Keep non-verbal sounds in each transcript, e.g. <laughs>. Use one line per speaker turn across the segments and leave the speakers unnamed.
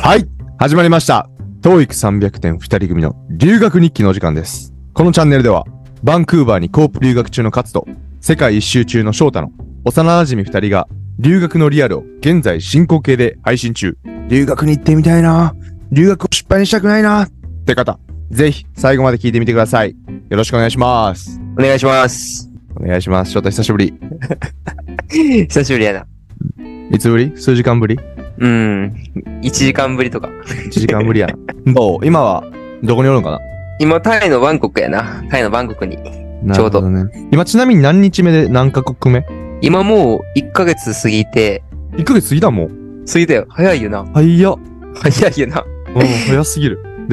はい。始まりました。TOEIC300 点2人組の留学日記のお時間です。このチャンネルでは、バンクーバーにコープ留学中のカツと、世界一周中の翔太の幼馴染2人が、留学のリアルを現在進行形で配信中。留学に行ってみたいな。留学を失敗にしたくないな。って方、ぜひ最後まで聞いてみてください。よろしくお願いします。
お願いします。
お願いします。翔太久しぶり。
久しぶりやな。
いつぶり数時間ぶり
うん。1時間ぶりとか。
?1 時間ぶりや <laughs> な。どう今は、どこにおるのかな
今、タイのバンコクやな。タイのバンコクに。
なるほどね。今ちなみに何日目で何カ国目
今もう1ヶ月過ぎて、
?1 ヶ月過ぎだもん。
過ぎたよ。早いよな。
早っ。
早いよな。
うん、早すぎる。 <laughs>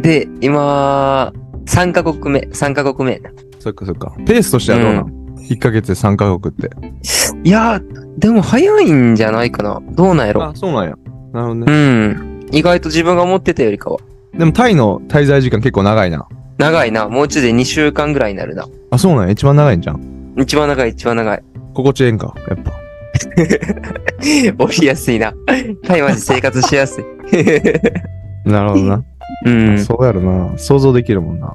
で、今、3カ国目。3カ国目。
そっかそっか。ペースとしてはどうなん、?1 ヶ月で3カ国って。
いやー、でも早いんじゃないかな。どうなんやろ。
あ、そうなんや。なるほど
う
ね。
ん。意外と自分が思ってたよりかは。
でもタイの滞在時間結構長いな。
長いな。もうちょいで2週間ぐらいになるな。
あ、そうなんや。一番長いんじゃん。
一番長い、一番
<laughs>
長い。
心地ええんか。やっぱ。
降りやすいな。タイマジ生活しやすい。 <laughs>
なるほどな。
うん。
そうやろな。想像できるもん <laughs> な。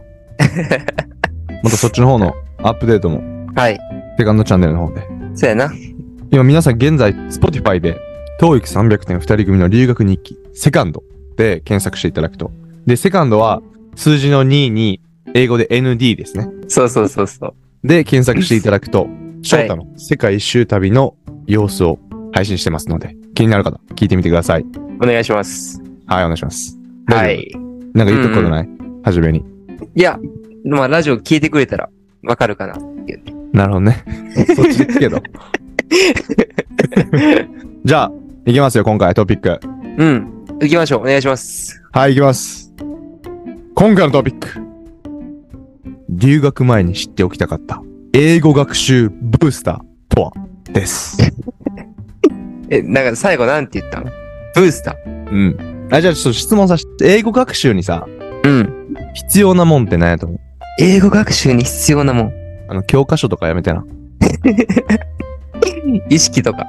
またそっちの方のアップデートも、
はい。
セカンドチャンネルの方で。
そうやな。
今皆さん現在 Spotify で TOEIC300 点2人組の留学日記セカンドで検索していただくとでセカンドは数字の2に英語で ND ですね
そうそうそうそう。
で検索していただくと翔太の世界一周旅の様子を配信してますので気になる方聞いてみてください
お願いします。
はいお願いします
は
大丈
い。
夫なんか言っとくことない、初めに
いや、まあ、ラジオ聞いてくれたらわかるかな。
なるほど
<laughs>
ねそっちですけど <laughs> じゃあいきますよ今回トピック
うん。行きましょう。お願いします。
はい、行きます。今回のトピック。留学前に知っておきたかった、英語学習ブースターとは、です。
え、なんか最後なんて言ったのブースター。
うん。あ、じゃあちょっと質問させて、英語学習にさ、
うん。
必要なもんって何やと思う
英語学習に必要なもん。
あの、教科書とかやめてな。
意識とか。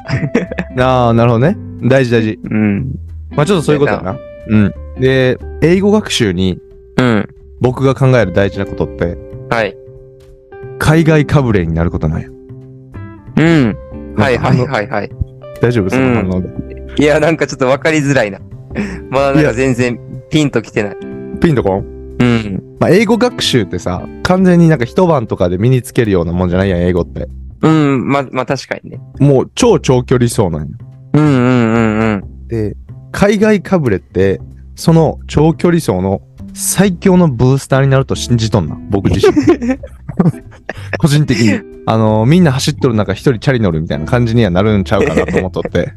あー、なるほどね。大事大事。
うん。
まあちょっとそういうことだな。うん。で、英語学習に
うん。
僕が考える大事なことって、
はい。
海外かぶれになることなんや。
うん。はいはい
なんか
はいはい。
あの大丈夫その反応で。
いや、なんかちょっとわかりづらいな。まあなんか全然ピンときてない。
ピンとこん
うん。
まあ、英語学習ってさ完全になんか一晩とかで身につけるようなもんじゃないやん英語って
うん。ま、まあ確かにね。
もう超長距離走なんよ
うんうんうんうん。
で海外かぶれってその長距離走の最強のブースターになると信じとんな僕自身個人的にあのーみんな走っとる中一人チャリ乗るみたいな感じにはなるんちゃうかなと思っとって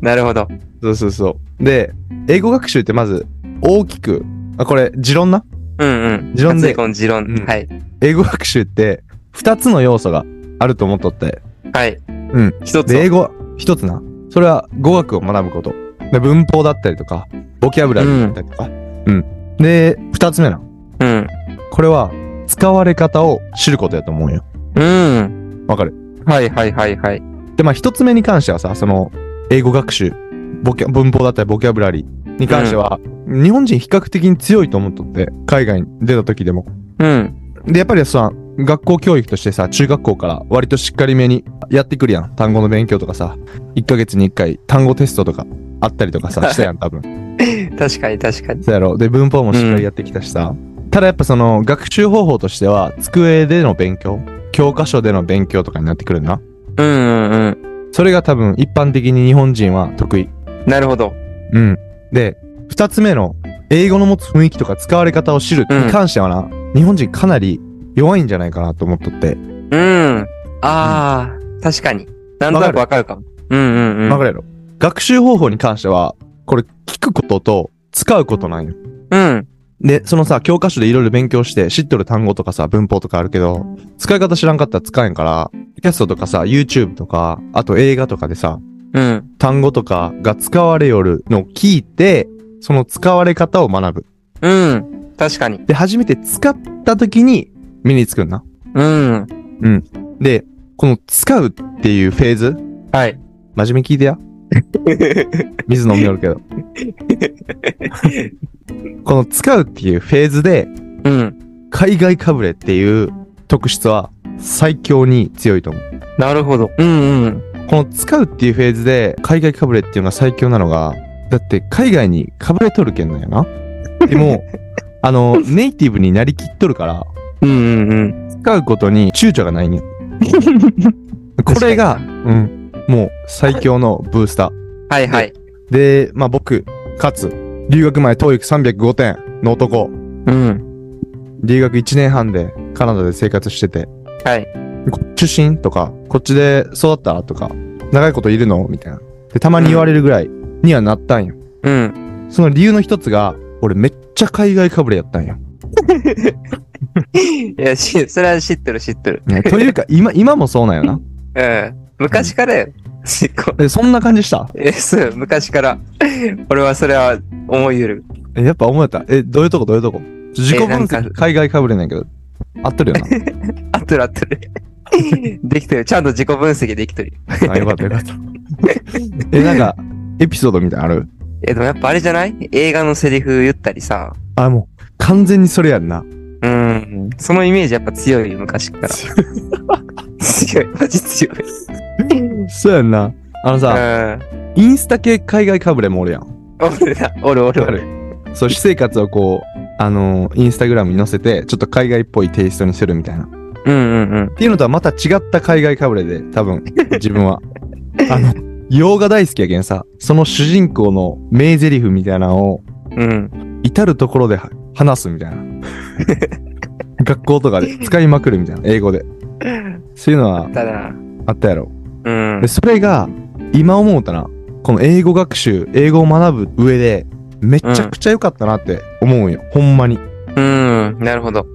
なるほど。
そうそうそうで英語学習ってまず大きくあこれ持論な
うんうん。
持論で
発音持論。
うん
はい。
英語学習って2つの要素があると思っとって
はい。
うん。
一つ
で、
を。
英語、一つな。それは語学を学ぶこと。で文法だったりとか、ボキャブラリーだったりとか。うん。で、二つ目な。
うん。
これは、使われ方を知ることやと思うよ。
うん。
わかる
はいはいはいはい。
で、まあ一つ目に関してはさ、その、英語学習、ボキャ文法だったりボキャブラリーに関しては、日本人比較的に強いと思っとって、海外に出た時でも。
うん。
で、やっぱりさ、学校教育としてさ、中学校から割としっかりめにやってくるやん。単語の勉強とかさ、1ヶ月に1回単語テストとかあったりとかさ、 <laughs> したやん、多分。
確かに確かに。
そうやろ。で、文法もしっかりやってきたしさ。ただやっぱその、学習方法としては、机での勉強、教科書での勉強とかになってくるな。
うんうんうん。
それが多分一般的に日本人は得意。
なるほど。
うん。で、二つ目の、英語の持つ雰囲気とか使われ方を知るに関してはな、日本人かなり弱いんじゃないかなと思っとって。
うん。ああ、確かに。なんとなくわかるかも。うんうんうん。
わかるやろ学習方法に関しては、これ聞くことと使うことなんよ。
うん。
で、そのさ、教科書でいろいろ勉強して知っとる単語とかさ、文法とかあるけど、使い方知らんかったら使えんから、キャストとかさ、YouTube とか、あと映画とかでさ、
うん。
単語とかが使われよるのを聞いて、その使われ方を学ぶ。
うん。確かに。
で、初めて使った時に身につくんな。
うん。
で、この使うっていうフェーズ、
はい。
真面目に聞いてや。水飲みよるけど。この使うっていうフェーズで、
うん。
海外かぶれっていう特質は最強に強いと思う。
なるほど。うんうん。
この使うっていうフェーズで海外かぶれっていうのが最強なのが、だって海外にかぶれとるけんなんやな。でも、あの、ネイティブになりきっとるから、
うんうんうん。
使うことに躊躇がないんや。これが、うん、もう最強のブースター。
はいはい。
で、まあ僕、かつ、留学前 TOEIC 305点の男、
うん。
留学1年半でカナダで生活してて、
はい。
こ出身とか、こっちで育ったとか、長いこといるのみたいな。で、たまに言われるぐらいにはなったんよ。
うん。
その理由の一つが、俺めっちゃ海外かぶれやったんよ。
いや、し、それは知ってる知ってる。
<laughs> ねというか、今、今もそうなんよな。
うん。昔からや。結 <laughs> 構。
え、そんな感じした
え、そう、昔から。俺はそれは思いゆる。
え、やっぱ思えた。え、どういうとこどういうとこ自己分
なんか
析海外かぶれなんやけど、合って <laughs> るよ
あってるあって
<laughs>
る。できてる。ちゃんと自己分析できてる。
な。あ、よかったよかった。え、なんか、エピソードみたいなのある
<laughs> え、でもやっぱあれじゃない映画のセリフ言ったりさ。
あ、もう、完全にそれやんな。
うん。そのイメージやっぱ強いよ、昔から。強い。マジ強い。
そうやんな。あのさ、インスタ系海外かぶれもおるやん。
うん。おるな。おるおるお
わか
る。
る。そう、私生活をこう、あのーインスタグラムに載せて、ちょっと海外っぽいテイストにするみたいな。っ
うんうんうん。
ていうのとはまた違った海外かぶれで、多分、自分
<laughs>
は。あの、洋画大好きやけんさ、その主人公の名台詞みたいなのを、
うん。
至るところでは話すみたい
<laughs>
な。学校とかで使いまくるみたいな、英語で。そういうのは
ただな。
あったやろ。
うん
で、。それが、今思うたな、この英語学習、英語を学ぶ上で、めちゃくちゃ良かったなって思うんよ。ほんまに。
うん。なるほど。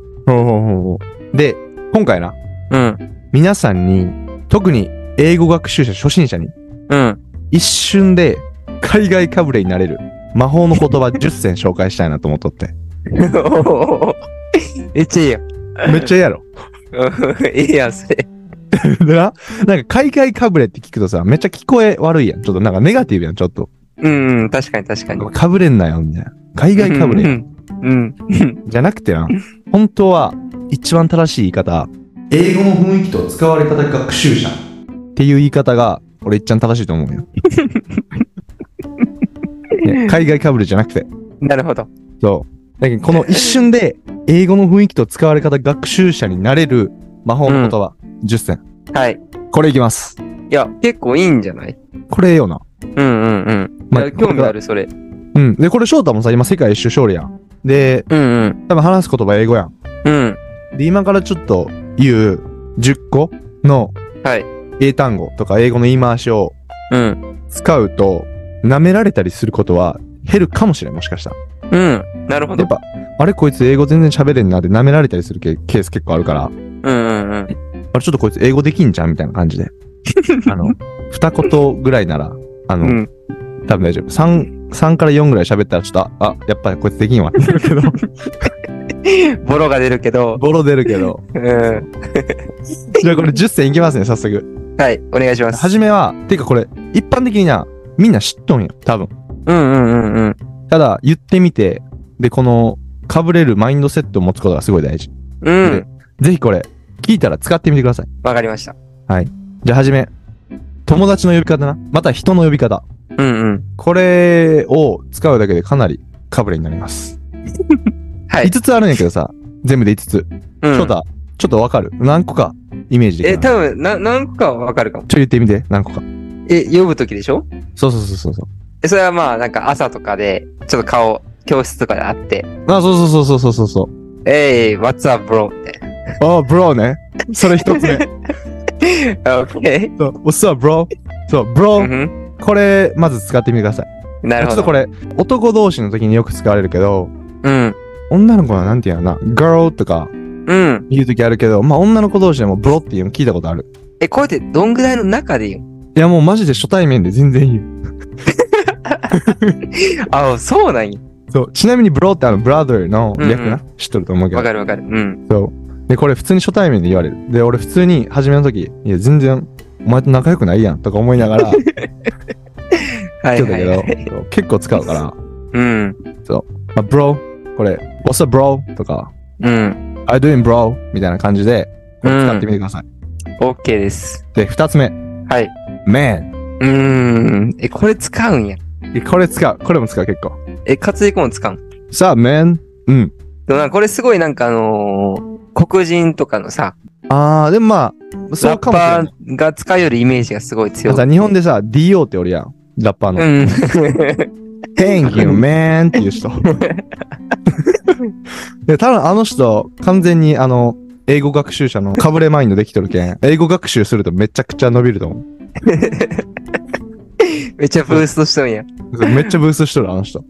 で、今回な、
うん。
皆さんに、特に英語学習者初心者に、
うん。 <laughs>
一瞬で海外かぶれになれる魔法の言葉10選紹介したいなと思っとって。
<laughs> めっちゃいいよ。
めっちゃええやろ。
うんいいやん、それ。
<laughs> でな、なんか海外かぶれって聞くとさ、めっちゃ聞こえ悪いやん。ちょっとなんかネガティブやん、ちょっと。
うんうん。確かに確かに。
かぶれんなよ、みたいな。海外かぶれ
うん。うん。
じゃなくてな、本当は一番正しい言い方、英語の雰囲気と使われ方学習者っていう言い方が、俺一番正しいと思う
<laughs>
よ。ね海外かぶれじゃなくて。
なるほど。
そう。だけど、この一瞬で、英語の雰囲気と使われ方学習者になれる魔法の言葉、10選。
はい。
これいきます。
いや、結構いいんじゃない
これよな。
うんうんうん。
ま
いや興味ある、それ。
うん。で、これ、翔太もさ、今、世界一周勝利やん。で、
うんうん。
多分話す言葉英語やん。
うん。
で、今からちょっと言う10個の
はい。
英単語とか英語の言い回しを
うん。
使うと、舐められたりすることは減るかもしれん、もしかしたら。
うん。なるほ
や
ど
っ。ぱ、あれこいつ英語全然喋れんなって舐められたりするケケース結構あるから、
うんうんうん。
あれちょっとこいつ英語できんじゃんみたいな感じ
<laughs>
で。あの、二言ぐらいなら、あの、
うん。
多分大丈夫。3、3から4ぐらい喋ったらちょっと、あ、あやっぱりこいつできんわってなる
<laughs>
けど、
ボロが出るけど。
ボロ出るけど。
うん。
じゃあこれ10選いきますね、早速。
はい。お願いします。
はじめは、てかこれ、一般的にな、みんな知っとんよ、多分。
うんうんうんうん。
ただ、言ってみて、で、この、かぶれるマインドセットを持つことがすごい大事。
う
で
ん。
ぜひこれ、聞いたら使ってみてください。
わかりました。
じゃあはじめ。友達の呼び方な。また人の呼び方。
うんうん。
これを使うだけでかなりかぶれになります。
はい。
5つあるんやけどさ、全部で5つ。
う
翔
ん、
太、ちょっとわかる何個か、イメージでき
え、
るちょ、
多分な、何個かはわかるかも。
言ってみて、何個か。
え、呼ぶときでしょ
そうそうそうそうそう。
えそれはまあ、なんか朝とかで、ちょっと顔、教室とかで会って、
あ、そうそうそうそうそうそう。
えい、what's up, bro? みたい
あ、ブローね。 <laughs> それ一つ
<laughs>
目。
な。OK?
そう、What's up, bro? そう、ブロ
う
ー。
ん
これ、まず使ってみてください。
うん。な
ちょ
るほ
っ
ど。
とこれ、男同士の時によく使われるけど、
うん。
女の子はなんて言うのかな、girl とか
うん。
言う時あるけど、まあ女の子同士でもブロっていうの聞いたことある。
え、こうやってどんぐらいの中で言う
いやもうマジで初対面で全然言う。
あ、そうなんや。
そう、ちなみにブロってあの、ブラザーの略な、
う
知っとると思うけど
わ。かるわかる。うん。
そう。で、これ普通に初対面で言われる。で、俺普通に初めの時、いや、全然、お前と仲良くないやんとか思いながら、
はい
言って
は
た
い
けど、
はい。
結構使うから、ま
うん。
あ、bro、これ、what's up bro? とか、
うん。
I doing bro? みたいな感じで、これ使ってみてください。
OK です。
で、二つ目、
はい。
man。
うーん。え、これ使うんや。
これ使う。これも使う、結構。
え、活躍も使うん。
さあ、man。うん。
でもなんかこれすごいなんかあのー黒人とかのさ、
あー、でもまあ、そ
ラ
う
ッ
かもしれな
パ
い。
ーが使うよりイメージがすごい強
あ
い。
さ日本でさ、DO っておるやん。ラッパー
う
の。
ん。
<laughs> Thank you, man! っていう
<laughs>
人。で、多分あの人、完全にあの、英語学習者のかぶれマインドできとるけん、英語学習するとめちゃくちゃ伸びると思
めっちゃブーストしとんや。
う。めっちゃブーストしとる、あの
<laughs>
人。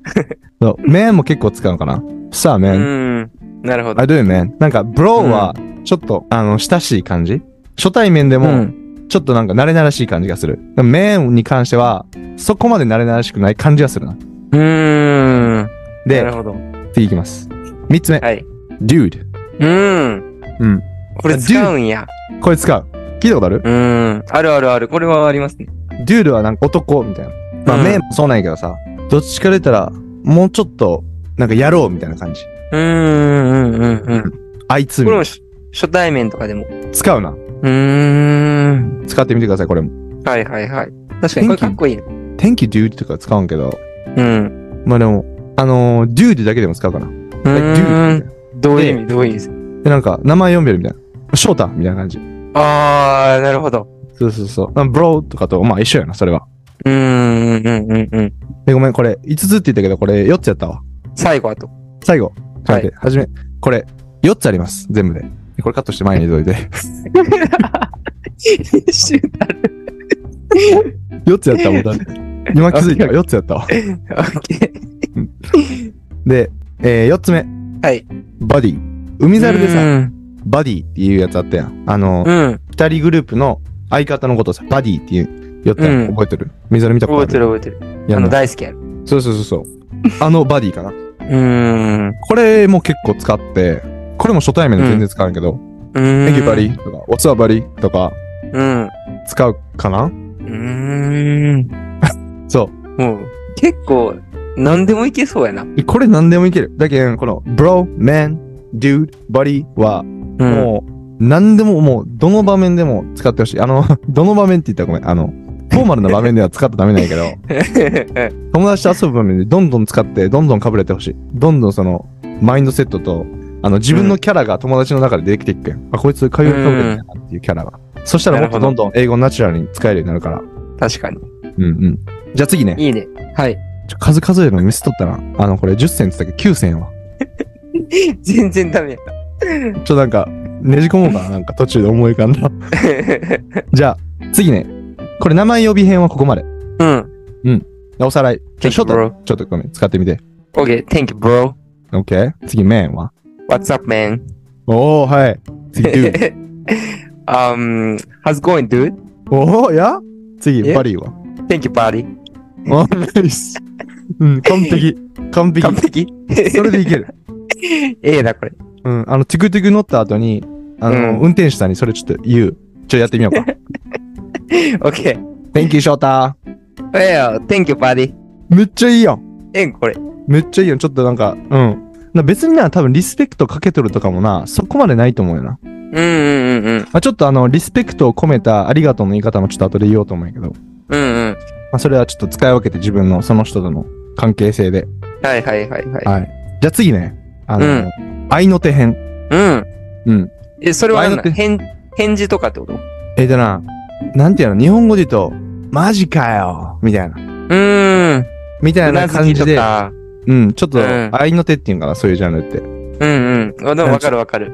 そう、man も結構使うのかな。さあ、
う
man。
ん。なるほど。
I do, man. なんか、bro は、ちょっと、あの、親しい感じ初対面で
う
も、
ん。
ちょっとなんか慣れ慣れしい感じがする。でも man に関しては、そこまで慣れ慣れしくない感じがするな。
うーん。なる
で、
ほど。
次いきます。三つ目、
はい。
dude。
うん。
うん。
これ使うんや。
これ使う。聞いたことある
うん。あるあるある。これはありますね。
デュールはなんか男みたいな。まあ、
うん
面もそうなんやけどさ、どっちか出たら、もうちょっと、なんかやろうみたいな感じ。
うーん。うんうんうん。
あいつみたい
これ
な
もし初対面とかでも。う
使うな。
ーん。
使ってみてください、これも。
はいはいはい。確かにこれかっこいいね。
Thank you, dude とか使うんけど、
うん。
まあでも、あのー、dude だけでも使うかな。
う
Like, dude
ー
み
ん。どういう意味どういう意味
たいなで、なんか、名前読んでるみたいな。翔太みたいな感じ。
あー、なるほど。
そうそうそう。まあ、bro とかと、まあ一緒やな、それは。
うーん。うんうんうん。
で、ごめん、これ、5つって言ったけど、これ4つやったわ。
最後あ <laughs> と。
最後。
はい
い。はじめ。これ、4つあります。全部で。これカットして前にどいて。 <laughs>
一瞬だる。
4つやったもんだって。今気づ
<laughs>
いたわ。4つやったわ。
オッケー。
で、えー、4つ目。
はい。
バディ。海猿でさ、
うん。
バディっていうやつあったやん。あの
う、ん。
二、人グループの相方のことさ、バディっていう、やったやん
うん
覚えてる海猿見たこと
覚
あ
え
る
てる覚えてる。
や
あ
んな
の、大好きやる。
そうそうそうそう。あのバディかな。
うーん。
これも結構使って、これも初対面で全然使うんやけど、
うーん。
Thank you, buddy とか、What's up, buddy とか
うん。う
使うかな
ーん。
そ
もう、結構、何でもいけそうやな。
う。これ何でもいける。だけど、この bro, man, dude, buddy は、
うん。
もう、何でも、もう、どの場面でも使ってほしい。あの、 <laughs> どの場面って言ったらごめん。あの、フォーマルな場面では使ったらダメなんやけど、友達と遊ぶ場面でどんどん使って、どんどん被れてほしい。どんどんその、マインドセットと、あの、自分のキャラが友達の中でできていくけん。あ、こいつ会話被れてるなっていうキャラが。そしたらもっとどんどん英語ナチュラルに使えるようになるから。
<laughs> 確かに。
うんうん。じゃあ次ね。
いいね。はい。
ちょ数数えるのミスっとったな。あの、これ10選って言ったけど9選は。
<laughs> 全然ダメやっ
ちょっとなんか、ねじ込もうか
<laughs>
な。なんか途中で思い浮かんだ。じゃあ、次ね。これ名前呼び編はここまで。
た。うん。
おさらい。ちょ、
Thank you,
ショート
bro.
ちょっとごめん、使ってみて。
OK, thank you, bro.
OK? 次、man は
What's up, man?
おおはい。
<laughs>
次、dude。
um, how's it going, dude?
おおや次、
え
buddy は
Thank you, buddy.
おーナイス。うん、完璧。完璧。
完 <laughs> 璧
それでいける。
ええな、これ。
うん、あの、トゥクトゥク乗った後に、あの、
うん
運転手さんにそれちょっと言う。ちょ、やってみよう
<laughs>
か。
OK.
Thank you, 翔太。
Well, thank you, buddy.
めっちゃいいやん。
ええん、これ。
めっちゃいいやん。ちょっとなんか、うん。な別にな、多分リスペクトかけとるとかもな、そこまでないと思うよな。
うんうんうんうん。
まあ、ちょっとあの、リスペクトを込めたありがとうの言い方もちょっと後で言おうと思うんやけど。
うんうん。
まあ、それはちょっと使い分けて自分のその人との関係性で。
はいはいはいはい。
はい。じゃあ次ね。あの、
うん
愛の手編。
うん。
うん。
え、それはあれ
前の
な
手
返、返事とかってことう
えっ、とな、なんていうの、日本語で言うと、マジかよみたいな。
ーん。
みたいな感じ
う
で、
なずき
うん、ちょっと
うん、
愛の手っていうんかな、そういうジャンルって。
とかうんうん。あでもわかるわかる。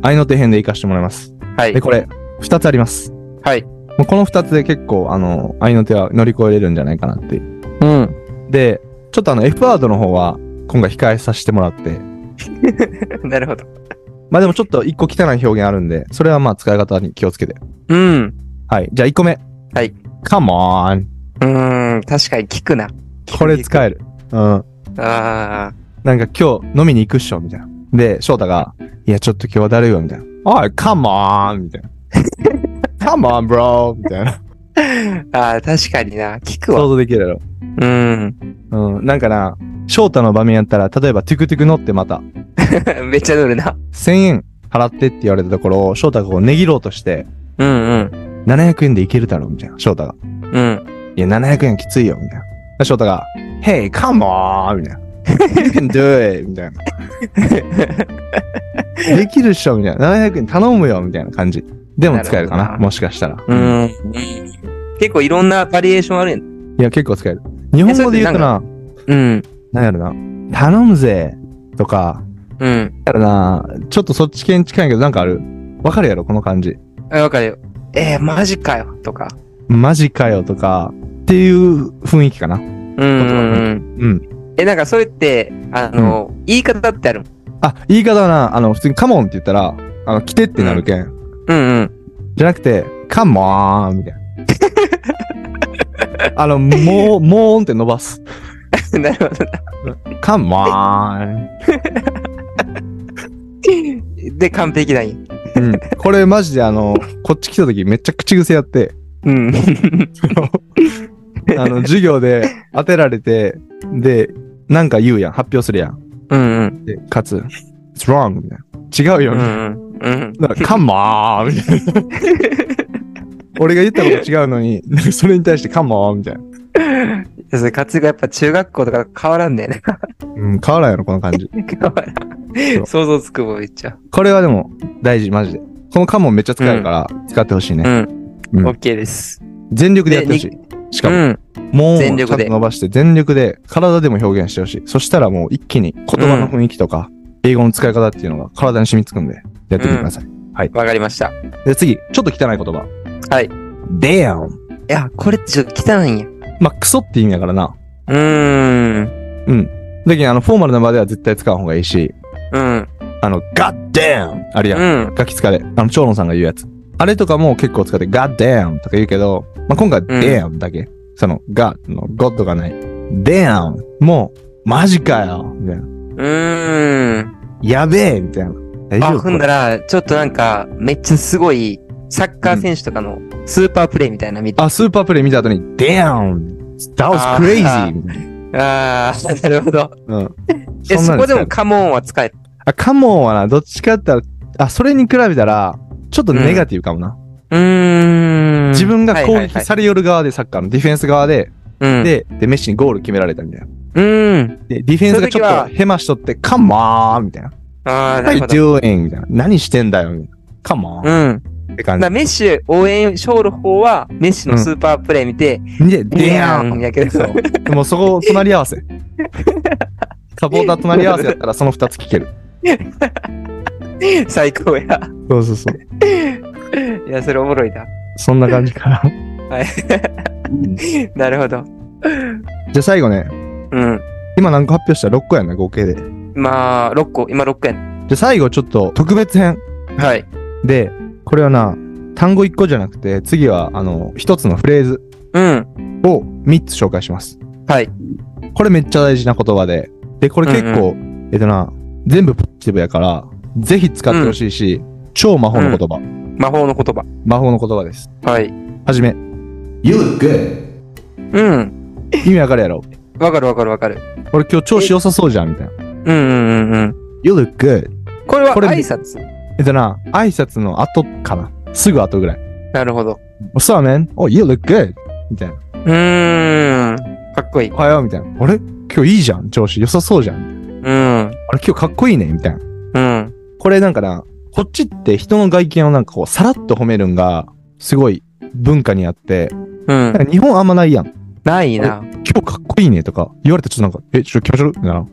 愛の手編で活かしてもらいます。
はい
で、。これ、二つあります。
はい。
もうこの二つで結構、あの、愛の手は乗り越えれるんじゃないかなって。
うん。
で、ちょっとあの、F ワードの方は、今回控えさせてもらって、
<laughs> なるほど。
まあでもちょっと一個汚い表現あるんで、それはまあ使い方に気をつけて。
うん。
はい。じゃあ1個目。
はい。
Come on!
うーん、確かに聞くな。
これ使える。うん。
え。ああ。
なんか今日飲みに行くっしょ、みたいな。で、翔太が、いや、ちょっと今日はだるいよ、みたいな。おい、Come on! みたいな。Come on, bro! みたいな。
ああ、確かにな。聞く
想
わ。
像できるやろ。
うん。 <laughs>
うん。なんかな、翔太の場面やったら、例えば、トゥクトゥク乗ってまた、
めっちゃ乗るな。
1000円払ってって言われたところを、翔太がこう、ねぎろうとして、
うんうん。
700円でいけるだろうみたいな、翔太が。
うん。
いや、700円きついよ、みたいな。翔太が、Hey, come on! みたいな。You can do it! みたいな。 <laughs> できるっしょみたいな。700円頼むよみたいな感じ。でも使えるかな
なるほどな
もしかしたら。
うん。結構いろんなバリエーションあるやん。
いや、結構使える。日本語で言うとな、
うん。
なんやろな。頼むぜとか、
うん。
やろな。ちょっとそっち系に近いけど、なんかある。わかるやろこの感じ。
あわかるよ。えー、マジかよ。とか。
マジかよとか、っていう雰囲気かな。
うんうんうん。
うん。
え、なんかそれって、あの、言い方ってあるもん。
あ、言い方はな、あの、普通にカモンって言ったら、あの、来てってなるけん。
うんうん。
じゃなくて、カモーンみたいな。 <laughs> あの、もう、もーんって伸ばす。
<laughs> なるほどな。
カモーン。
で、完璧だんや
うん。これマジであの、こっち来た時めっちゃ口癖やって、 <laughs>
<laughs> うん。
あの、授業で当てられて、で、なんか言うやん。発表するやん。
うんうん。
で、かつ、it's wrong みたいな。違う
う
よ、みたい
んうん。うん。
な。だから、カモーンみたいな。
<laughs>
俺が言ったこと違うのに、なんかそれに対してカモーンみたいな。
いやそれ、活躍がやっぱ中学校とか変わらんだよね。
うん、変わらんやろ、この感じ。
変わら。
そうん
想像つくもん、めっちゃ。
これはでも大事、マジで。このカモンめっちゃ使えるから、使ってほしいね、
うん。
うん
OK です。
全力でやってほし
で
い。し
う
かも、
ん。
もうちゃ
全
ん
力
と
で
伸ばして、全力で体でも表現してほしい。そしたらもう一気に言葉の雰囲気とか、英語の使い方っていうのが体に染みつくんで、やってみてください。
わかりました。
で、次、ちょっと汚い言葉。
はい。
Damn!
いや、これってちょっと汚いんや。
まあ、クソって意味だからな。
うーん。
だけど、あの、フォーマルな場では絶対使う方がいいし、
うん。
あの、God damn! あるやん。
うん。
ガキ使で、あの、長野さんが言うやつ。あれとかも結構使って、God damn とか言うけど、まあ、今回は damn だけ。その、God の God がない。damn もう、マジかよみたいな。
うーん。
やべえみたいな。大
あ、
丈夫
踏んだら、ちょっとなんか、めっちゃすごい、サッカー選手とかのスーパープレイみたいなの見て。
あ、スーパープレイ見た後に、damn! That was
あー
crazy! みたい
ああ、なるほど。
な。うん。
<laughs> え、
んな
そ
ん
こ
使え
でも
る
カモンは使え。
あ、カモンはな、どっちかって言ったら、あ、それに比べたら、ちょっとネガティブかもな。
うーん。
自分が攻撃
れ
されよる側で、サッカーのディフェンス側で、
うん。
で、で、メッシにゴール決められたみたいな。
うん。
で、ディフェンスがちょ
その時
っ
は
とヘマしとって、カモーンみたいな。
ああ、な
What
る
you
ほど。
doing? みたいな。何してんだよみたいな。カモ
う
ン
ん。
って感
だからメッシュ応援しょる方は、メッシュのスーパープレイ見て、
じ。で、
デ
デ
ヤ
ー
ー
ン
ンやけ
そ
ど。
う。でもそこ、隣り合わせ。サポーター隣り合わせやったらその2つ聞ける。
最高や。
そうそうそう。
いや、それおもろいな。
そんな感じかな。
は
う
い。
んじ
なるほど。
ゃあ最後ね。
うん。
今何個発表した ?6 個やんな、合計で。じゃ
まあ、6個。今6個やん。
あ最後ちょっと特別編。
はい。
で、これはな、単語1個じゃなくて、次は、あの、1つのフレーズ
うん。
を3つ紹介します。
はい。
これめっちゃ大事な言葉で。で、これ結構、えっとな、全部ポジティブやから、ぜひ使ってほしいし、超魔法の言葉、
魔法の言葉。
魔法の言葉です。
はい。
はじめ。You look good.
うん。
意味わかるやろ
わかるわかるわかる。
俺今日調子良さそうじゃんみたいな。
うんうんうんうん。
You look good.
これは
これ
挨拶。
えっとな、挨拶の後かな。すぐ後ぐらい。
なるほど。
What's up, man? Oh, you look good. みたいな。
うーん。かっこいい。
おはようみたいな。あれ今日いいじゃん。調子良さそうじゃん。
うん。
あれ今日かっこいいねみたいな。
うん。
これなんかな、こっちって人の外見をなんかこう、さらっと褒めるんが、すごい文化にあって、
うん
なん。か日本あんまないやん。
ない
<laughs>
な。
今日かっこいいねとか言われてちょっとなんか、え、ちょっと気持ち悪いってならん。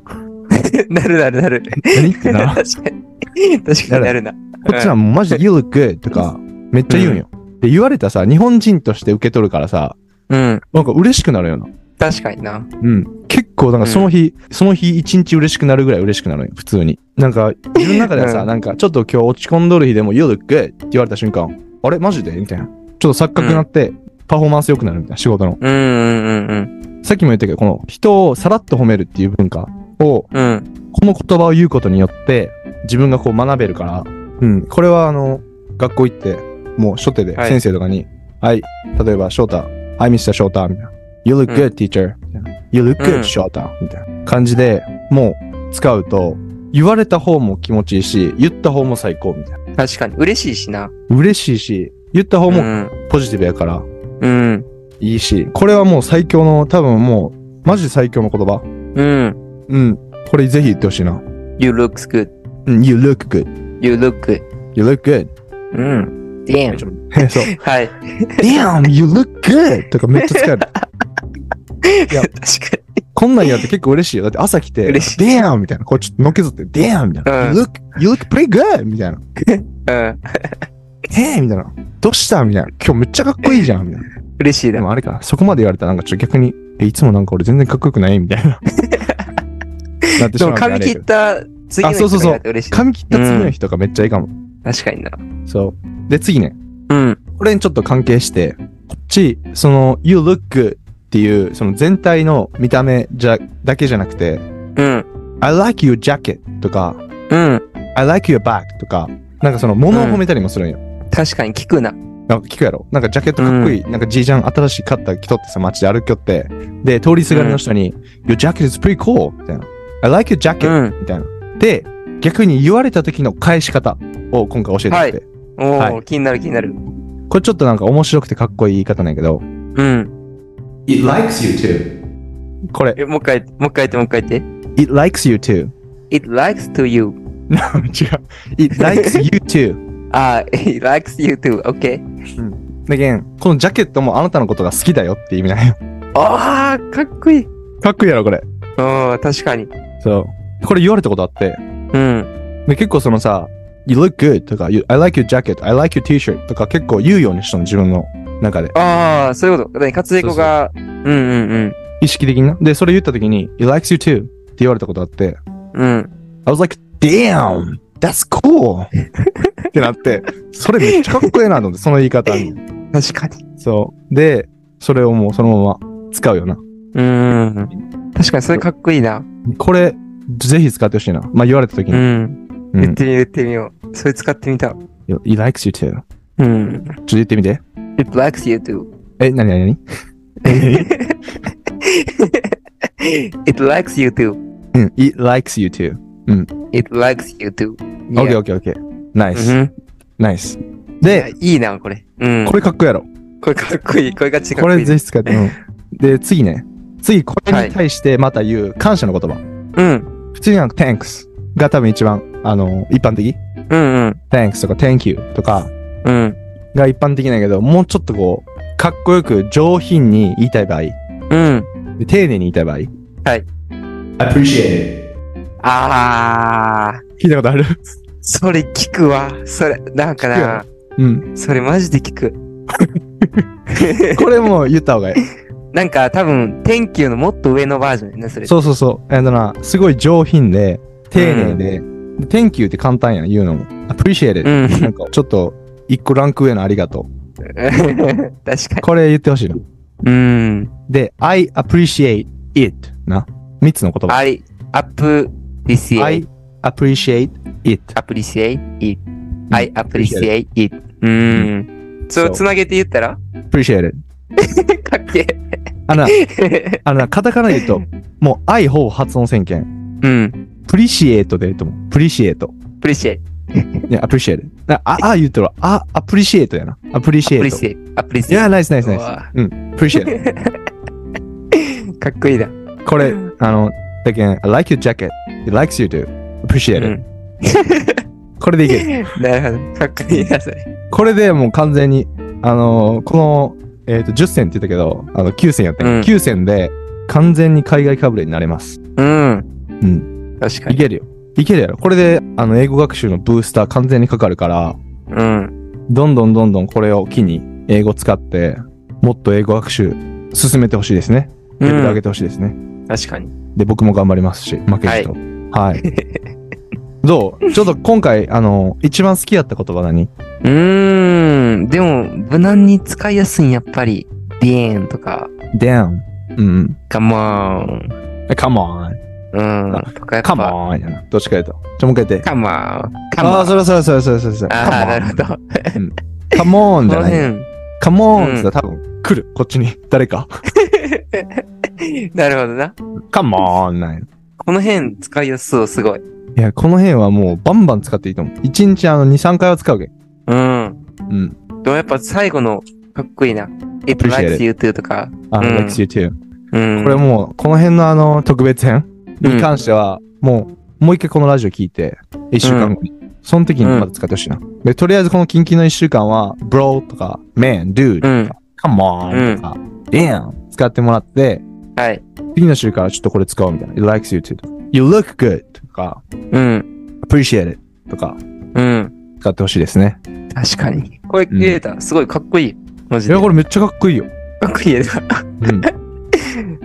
なるなるなる。
何ってなら <laughs> ん。こ
<laughs> 確かに。確かになるな。
っちはもうマジで You look good とか、めっちゃ言うんよ。で、言われたさ、日本人として受け取るからさ、
うん。
なんか嬉しくなるよな。
確かにな。
うん。結構なんかその日、その日一日嬉しくなるぐらい嬉しくなるよ、普通に。なんか、自分の中ではさ、
うん
なんかちょっと今日落ち込んどる日でも You look good って言われた瞬間、あれマジでみたいな。ちょっと錯覚になって、パフォーマンス良くなるみたいな、仕事の。
うんうんうん
さっきも言ったけど、この人をさらっと褒めるっていう文化を、
うん。うん。
この言葉を言うことによって自分がこう学べるから、うん、これはあの学校行ってもう初手で
はい
先生とかに、はい。例えば、翔太。Hi, Mr. 翔太。みたいな。You look
うん
good, teacher. みたいな You look
う
good,
ん
翔太。みたいな感じで、もう使うと、言われた方も気持ちいいし、言った方も最高みたいな。
確かに。嬉しいしな。
嬉しいし、言った方
う
も
ん。
ポジティブやから、
うん。
いいし、これはもう最強の、多分もう、マジ最強の言葉。
うん。
うん。これぜひ言ってほしいな。
You looks good.You
うん、You look good.
look good.
You look good. <laughs>
うん。Damn.
そう。
はい。
Damn, you look good! とかめっちゃ使
<laughs>
える。いや
確か
こんなんやって結構嬉しいよ。だって朝来て、
嬉しい
Damn! みたいな。こうちょっとのけぞって、Damn! みたいな。
うん
you, look, you look pretty good! みたいな。
に。うん。
Hey! みたいな。どうしたみたいな。今日めっちゃかっこいいじゃんみたいな。
嬉しい
で
な。
もあれか、そこまで言われたらなんかちょっと逆に、え、いつもなんか俺全然かっこよくないみ
<laughs>
たいな。なってしまうんであれやけ
でも髪切
ど
った次の
あそう
日
そうそ
と
う
かやって嬉しいな。
髪切った次の日とかめっちゃいいかも。
確かにな。
そう。で、次ね。
うん。
これにちょっと関係して、こっち、その、you look good っていう、その全体の見た目じゃ、だけじゃなくて、
うん。
I like your jacket とか、
うん。
I like your bag とか、なんかその、物を褒めたりもするんよ。
確かに聞くな。
なんか聞くやろなんかジャケットかっこいい、なんかじいちゃん新しい買った着とってさ、街で歩きよって、で、通りすがりの人に、your jacket is pretty cool みたいな。I like your
う
jacket
ん。
みたいな。で、逆に言われた時の返し方を今回教えてもらって。
お
は
ー、気になる気になる。
これちょっとなんか面白くてかっこいい言い方なんやけど、
うん。
It likes you too これ
え、もう一回、もう一回言って、もう一回言って。
It likes you too.
It likes to you.
<laughs> 違う。It likes you too.
あー、it <laughs> likes you too. OK。
<laughs> だけん、このジャケットもあなたのことが好きだよって意味なんよ。
あー、かっこいい。
かっこいいやろ、これ。
うん、確かに。
そう。これ言われたことあって。
うん。
で、結構そのさ、You look good とか、you, I like your jacket, I like your t-shirt とか結構言うようにしたの、自分の中で。
あー、そういうこと。だから活躍が、うんうん
意識的にな。で、それ言った時に、It likes you too って言われたことあって、
うん。うん。
I was like, damn! That's <laughs> cool! ってなって、それめっちゃかっこいいなと思って、その言い方に。
確かに。
そう。で、それをもうそのまま使うよな。
うん。確かにそれかっこいいな。
これ、ぜひ使ってほしいな。まあ言われた時
う
に。
ん。
うん
言ってみよう、言ってみよう。それ使ってみた。
Yo, He likes you too. ちょっ
うん。
と言ってみて。
It likes you too.
え、なになに <laughs>
It likes you too.
うん。It likes you too.
It likes you too.
Okay, okay, okay. ナイス。
うん
ナイス。
いや
で、
いいな、これ。うん。
こ
こ
れかっこいいやろ。
れかっこいい。これが違う。
これぜひ使って。うんで、次ね。次、これ
は
に
い
対してまた言う感謝の言葉。
うん。
普通になんか thanks が多分一番、あの、一般的。
うん
thanks とか thank you とか
うん。うん。
が一般的なんやけど、もうちょっとこう、かっこよく上品に言いたい場合。
うん。
で丁寧に言いたい場合。 <laughs>
はい。
appreciate it.
あー。
聞いたことある
それ聞くわ。それ、なんかな。
うん。
それマジで聞く。
これもう言った方がいい。
なんか多分、天球のもっと上のバージョンやね、それ。
そうそうそう。えっとな、すごい上品で、丁寧で、で Thank you って簡単やん、言うのも。appreciate
う
it.
ん。
なんか、ちょっと、一個ランク上のありがと
<laughs>
う。
<laughs> 確か
これ言ってほしいな。
に。うん。
で、I appreciate it な。三つの言葉。
I
I
appreciate,
appreciate it.
appreciate it. I appreciate it. うーん。そ
そう
う、つなげて言ったら
appreciate it.
かっけ
あ
<laughs>
のな、
え。
あのな、カタカナで言うと、もう、I ほぼ発音せんけん。
うん。
appreciate でいいと思う。appreciate.
appreciate,
ね、appreciate. なあ、あ言うとるわ。あ、appreciate やな。appreciate.
appreciate, appreciate.
いや、ナイスナイスナイ
う
ス。
わ
appreciate.
かっこいいな。
これ、あの、だけん、I like your jacket. It likes you too. Appreciate it.、
うん
これでいける。
なるほど。かっこいいな、それ。
これでもう完全に、あのーこの、えっ、と、10選って言ったけど、あの、9選やったんや、
うん
9選で、完全に海外かぶれになれます。
うん。
うん。
確か
い
に。
けるよ。いけるやろ。これで、あの、英語学習のブースター完全にかかるから、
うん。
どんどんどんどんこれを機に、英語使って、もっと英語学習進めてほしいですね。レベル上げてほしいですね。
確かに。
で、僕も頑張りますし、負けじと。はい。
<laughs>
どうちょっと今回、あの、一番好きやった言葉何
うーん。でも、無難に使いやすいん、やっぱり。ディーンとか、
?damn. うん。
ガモーン。
come on.
うん。とかやっぱ、
come on. やなどっちか言うと。ちょ、もう一回言って。
カモン。カモン。
ああー、それそれそれそれそれそれ。
ああ、なる
come
ほど。
on. come on
こ
じゃ
の
ない。
辺、
カモーンって言ったら多分来る。こっちに。誰か。
なるほどな。
カモーンなんよ
この辺使いやすそう、すごい。
いや、この辺はもうバンバン使っていいと思う。1日あの2、3回は使うけん。
うん。
うん。
でもやっぱ最後のかっこいいな。It
Appreciate
likes
it.
you too とか。
あの、
うん
Likes You Too。
うん。
これもう、この辺のあの、特別編に関しては、もう、もう一回このラジオ聞いて、1週間後に。その時にまた使ってほしいな。で、とりあえずこのキンキンの1週間は、Bro とか、Man, Dude
う
と
ん
か、。Come on とか、Damn 使ってもらって、
はい。
次の週からちょっとこれ使おうみたいな。It likes you too. You look good とか、
うん。
Appreciate it とか
うん。
使ってほしいですね。
確かに。これ、言えた。すごいかっこいい。マ
い
ジで。
や、
か
これめっちゃかっこいいよ。
っこいいやつ。 <laughs>
うん。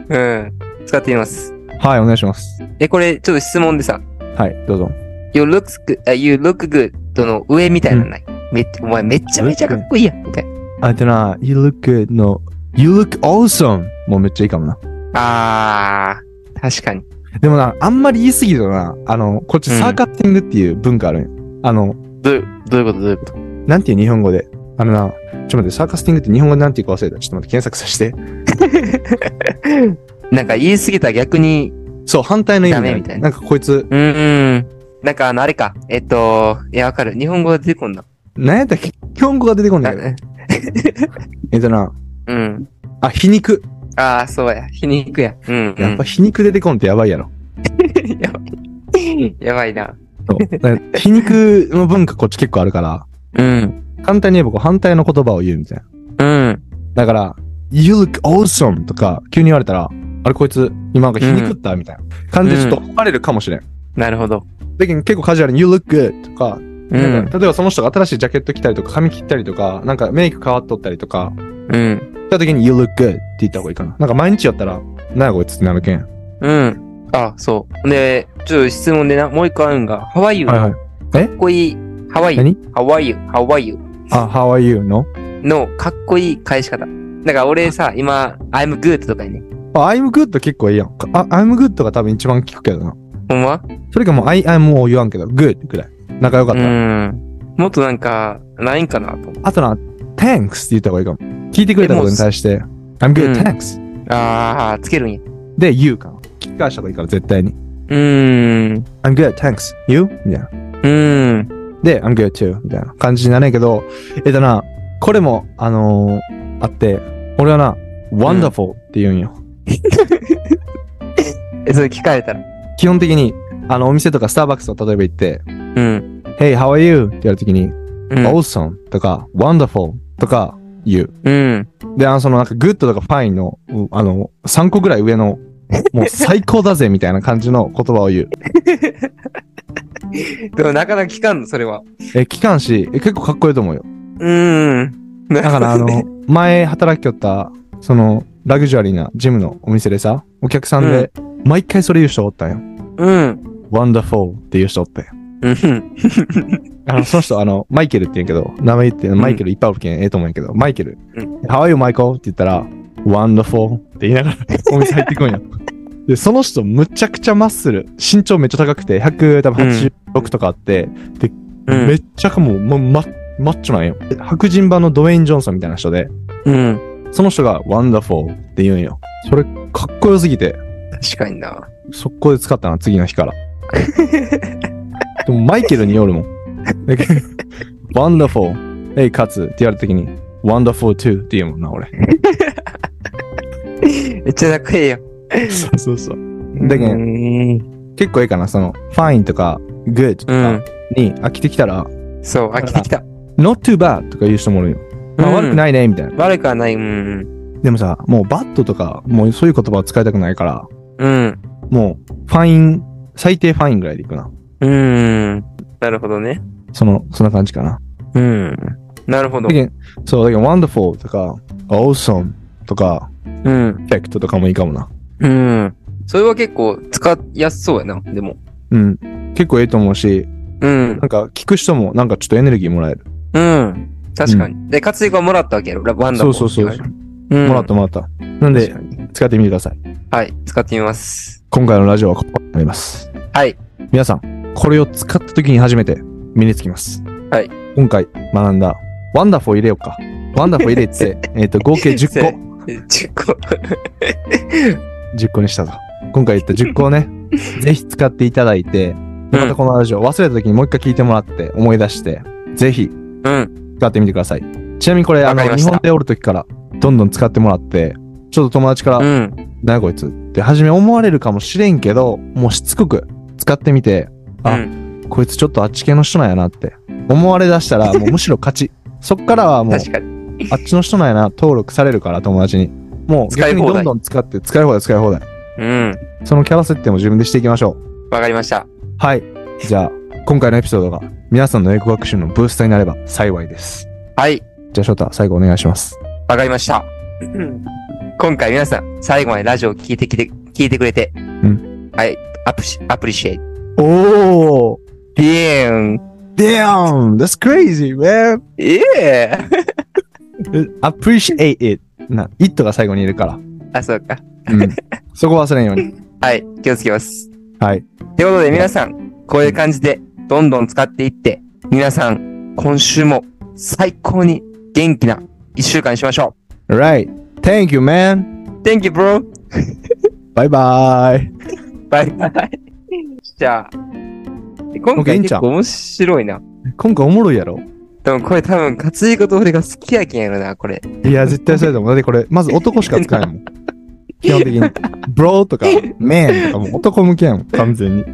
うん。使ってみます。
はい、お願いします。
え、これ、ちょっと質問でさ。
はい、どうぞ。
You look good, あ you look good との上みたいなのない、めっちゃお前めっちゃめちゃかっこいいやんみたいな。
あえてな、You look good の You look awesome もうめっちゃいいかもな。
あー、確かに。
でもな、あんまり言い過ぎるとな、あの、こっちサーカッティングっていう文化あるんよあの、
どう、どういうことどういうこと
なんていう日本語で。あのな、ちょっと待って、サーカスティングって日本語でなんていうか忘れた。ちょっと待って、検索させて。
なんか言い過ぎたら逆に、
そう、反対の意味
ダ
な
メ
ん
みた
だ
い
なんかこいつ、
うーん。なんかあの、あれか。えっと、いや、わかる。日本語が出てこんな。
なんやったっけ日本語が出てこんだ
あ
けど。えっとな、
うん。
あ、皮肉。
あー、そうや。皮肉や。うん、うん。
やっぱ皮肉出てこんってやばいやろ。
やばいな。
そうだ
<laughs>
から皮肉の文化こっち結構あるから、
うん。
簡単に言えばこう反対の言葉を言うみたいな。
うん。
だから、You look awesome とか急に言われたら、あれこいつ今なんか皮肉った、みたいな感じでちょっと思われるかもしれん。
なるほど。
だけど結構カジュアルに You look good とか、
う
なん
ん。
か例えばその人が新しいジャケット着たりとか髪切ったりとか、なんかメイク変わっとったりとか、
うん。
した時に You look good って言った方がいいかな。なんか毎日やったら、なやこいつってなるけん。
うん。あ、そう。で、ちょっと質問でな、もう一個あるんが、ハワイユ
はい
か
はい。
っこいい、ハワイユ
何、
ハワイユ、ハワイユ
あ、How are you の
のかっこいい返し方。だから俺さ、今、I'm good とかにね。
あ ?I'm good 結構いいやん。あ I'm good が多分一番効くけどな。
ほんま
それかもう I am もう言わんけど、good くらい。仲良か
う
った。
ん。もっとなんか、ないんかなと思う。
あとな、thanks って言った方がいいかも。聞いてくれたことに対して、I'm
う
good,
ん
thanks、
あー、つけるんや。
で、言うかな。聞き返した方がいいから、絶対に。
うーん。
I'm good, thanks, you? みたいな。
うーん。
で、I'm good too みたいな感じになるんやけど、えっとな、これも、あのーあって、俺はな、wonderful って言うんよ。
え、それ聞かれたら。
基本的に、あの、お店とかスターバックスを例えば行って、
うん。
Hey, how are you? って言われた時に、
うん。
awesome とか、wonderful とか言う。
うん。
で、あの、そのなんか、good とか fine の、うあの、3個ぐらい上の、もう最高だぜみたいな感じの言葉を言う。
でもなかなか聞かんの、それは。
え、機関士、え結構かっこいいと思うよ。
うーん。だ
だからあの、 <laughs> 前働きよった、その、ラグジュアリーなジムのお店でさ、お客さんで、毎回それ言う人おったんよ。
うん。
wonderful っていう人おったんよ。
うん。
あの、その人、あの、マイケルって言うんやけど、名前言って、マイケルいっぱいおるけん、ええと思うんやけど、マイケル
う、
How are you, Michael? って言ったら、wonderful って言いながらお店入ってくん <laughs> よ。で、その人、むちゃくちゃマッスル、身長めっちゃ高くて、100、多分86とかあって、
うん。
めっちゃかもう、もうママッチョなんよ。で白人版のドウェイン・ジョンソンみたいな人で、
うん。
その人が Wonderful って言うんよ。それかっこよすぎて、
確かにな。
速攻で使ったな、次の日から。でもマイケルによるもん。Wonderful, hey, カツって言われた時に Wonderful too って言うもんな、俺。
めっちゃ仲ええやん。
そうそうそう。だけど
うん。
結構いいかな、その Fine とか Good と
う
か
ん。
に飽きてきたら、
そう、飽きてきた。
Not too bad とか言う人もおるよ。まあ、
うん
悪くないね、みたいな。
悪くはない。うん。
でもさ、もう Bad とか、もうそういう言葉を使いたくないから、
うん。
もう Fine、最低 Fine ぐらいでいくな。
うん。なるほどね。
その、そんな感じかな。
うん。なるほど
だ。けどそう、だけど wonderful とか、awesome とか、
うん。
perfect とかもいいかもな。
うん。それは結構使いやすそうやな、でも。
うん。結構ええと思うし、
うん
な。んか聞く人もなんかちょっとエネルギーもらえる。
うん。確かに。で、活躍はもらったわけやろ。ラワンダ
そ
フォ
う
ー
そうそう。
うん
もらったもらった。なんで、
確かに
使ってみてください。
はい。使ってみます。
今回のラジオはここまでになります。
はい。
皆さん、これを使った時に初めて身につきます。
はい。
今回学んだ wonderful 入れようか。ワンダフル入れ
<laughs>
て、えっと、合計10個。
10個。
10個にしたぞ。今回言った10個をね、ぜひ使っていただいて、でまたこのラジオ忘れた時にもう一回聞いてもらって、思い出して、ぜひ
うん。
使ってみてください。ちなみにこれ、あ
わ
の、
かりまし
日
た
本でおる時から、どんどん使ってもらって、ちょっと友達から、
うん。
なやこいつって初め思われるかもしれんけど、もうしつこく使ってみて、あ、
うん
こいつちょっとあっち系の人なんやなって思われだした
<laughs>
ら、もうむしろ勝ち。そっからはもう、
確かに。
あっちの人なんやな、登録されるから友達に。もう
使い
逆に
放題
どんどん使って、使い放題使い放題。
うん。
そのキャラ設定も自分でしていきましょう。
わかりました。
はい。じゃあ、今回のエピソードが皆さんの英語学習のブースターになれば幸いです。
はい。
じゃあ、翔太、最後お願いします。。
わかりました。うん今回皆さん、最後までラジオを聞いてきて、聞いてくれて。うんはい。アプシ、アプリシェイト。
おー
ビーン。
!Damn! That's crazy, man!
イエー
appreciate it な、it が最後にいるから。 <laughs>
あ、そうか。
うん。そこ忘れんように。
はい。気をつけます。
はい。
ということで皆さん、こういう感じでどんどん使っていって、皆さん、今週も最高に元気な一週間にしましょ
Right. Thank you, man.
う。Thank you, bro!
バイバイ。
バイバイ。 <laughs> じゃあ、今
いい
回
んち
結
ゃう
構面白いな。
今回おもろいやろ
でもこれ多分、勝ついこと俺が好きやけんやろな、これ。
いや、絶対そうやと思う。だってこれ、まず男しか使えん <laughs> もん。基本的に。bro とか man とかもう男向けやもん、完全に。